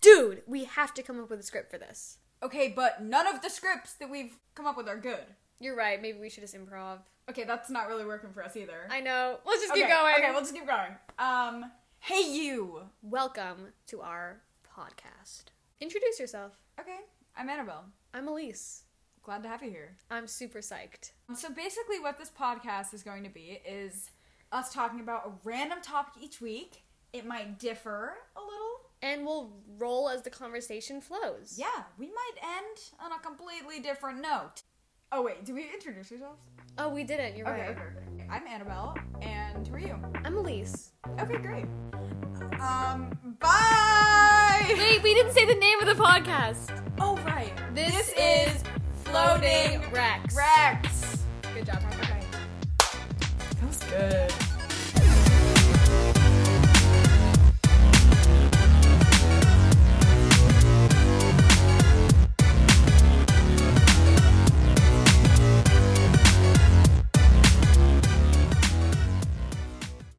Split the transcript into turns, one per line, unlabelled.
dude, we have to come up with a script for this.
Okay, but none of the scripts that we've come up with are good.
You're right. Maybe we should just improv.
Okay, that's not really working for us either.
I know. Let's just
okay,
keep going.
Okay, we'll just keep going. Um, hey you.
Welcome to our podcast. Introduce yourself.
Okay, I'm Annabelle.
I'm Elise.
Glad to have you here. Um,
I'm super psyched.
So basically, what this podcast is going to be is us talking about a random topic each week. It might differ a little.
And we'll roll as the conversation flows.
Yeah, we might end on a completely different note. Oh wait, did we introduce ourselves?
Oh, we didn't. You're right.
okay. I'm Annabelle, and who are you?
I'm Elise.
Okay, great. Um, bye.
Wait, we didn't say the name of the podcast.
Oh right.
This is
floating
Rex.
Rex. Good job. Okay. That was good.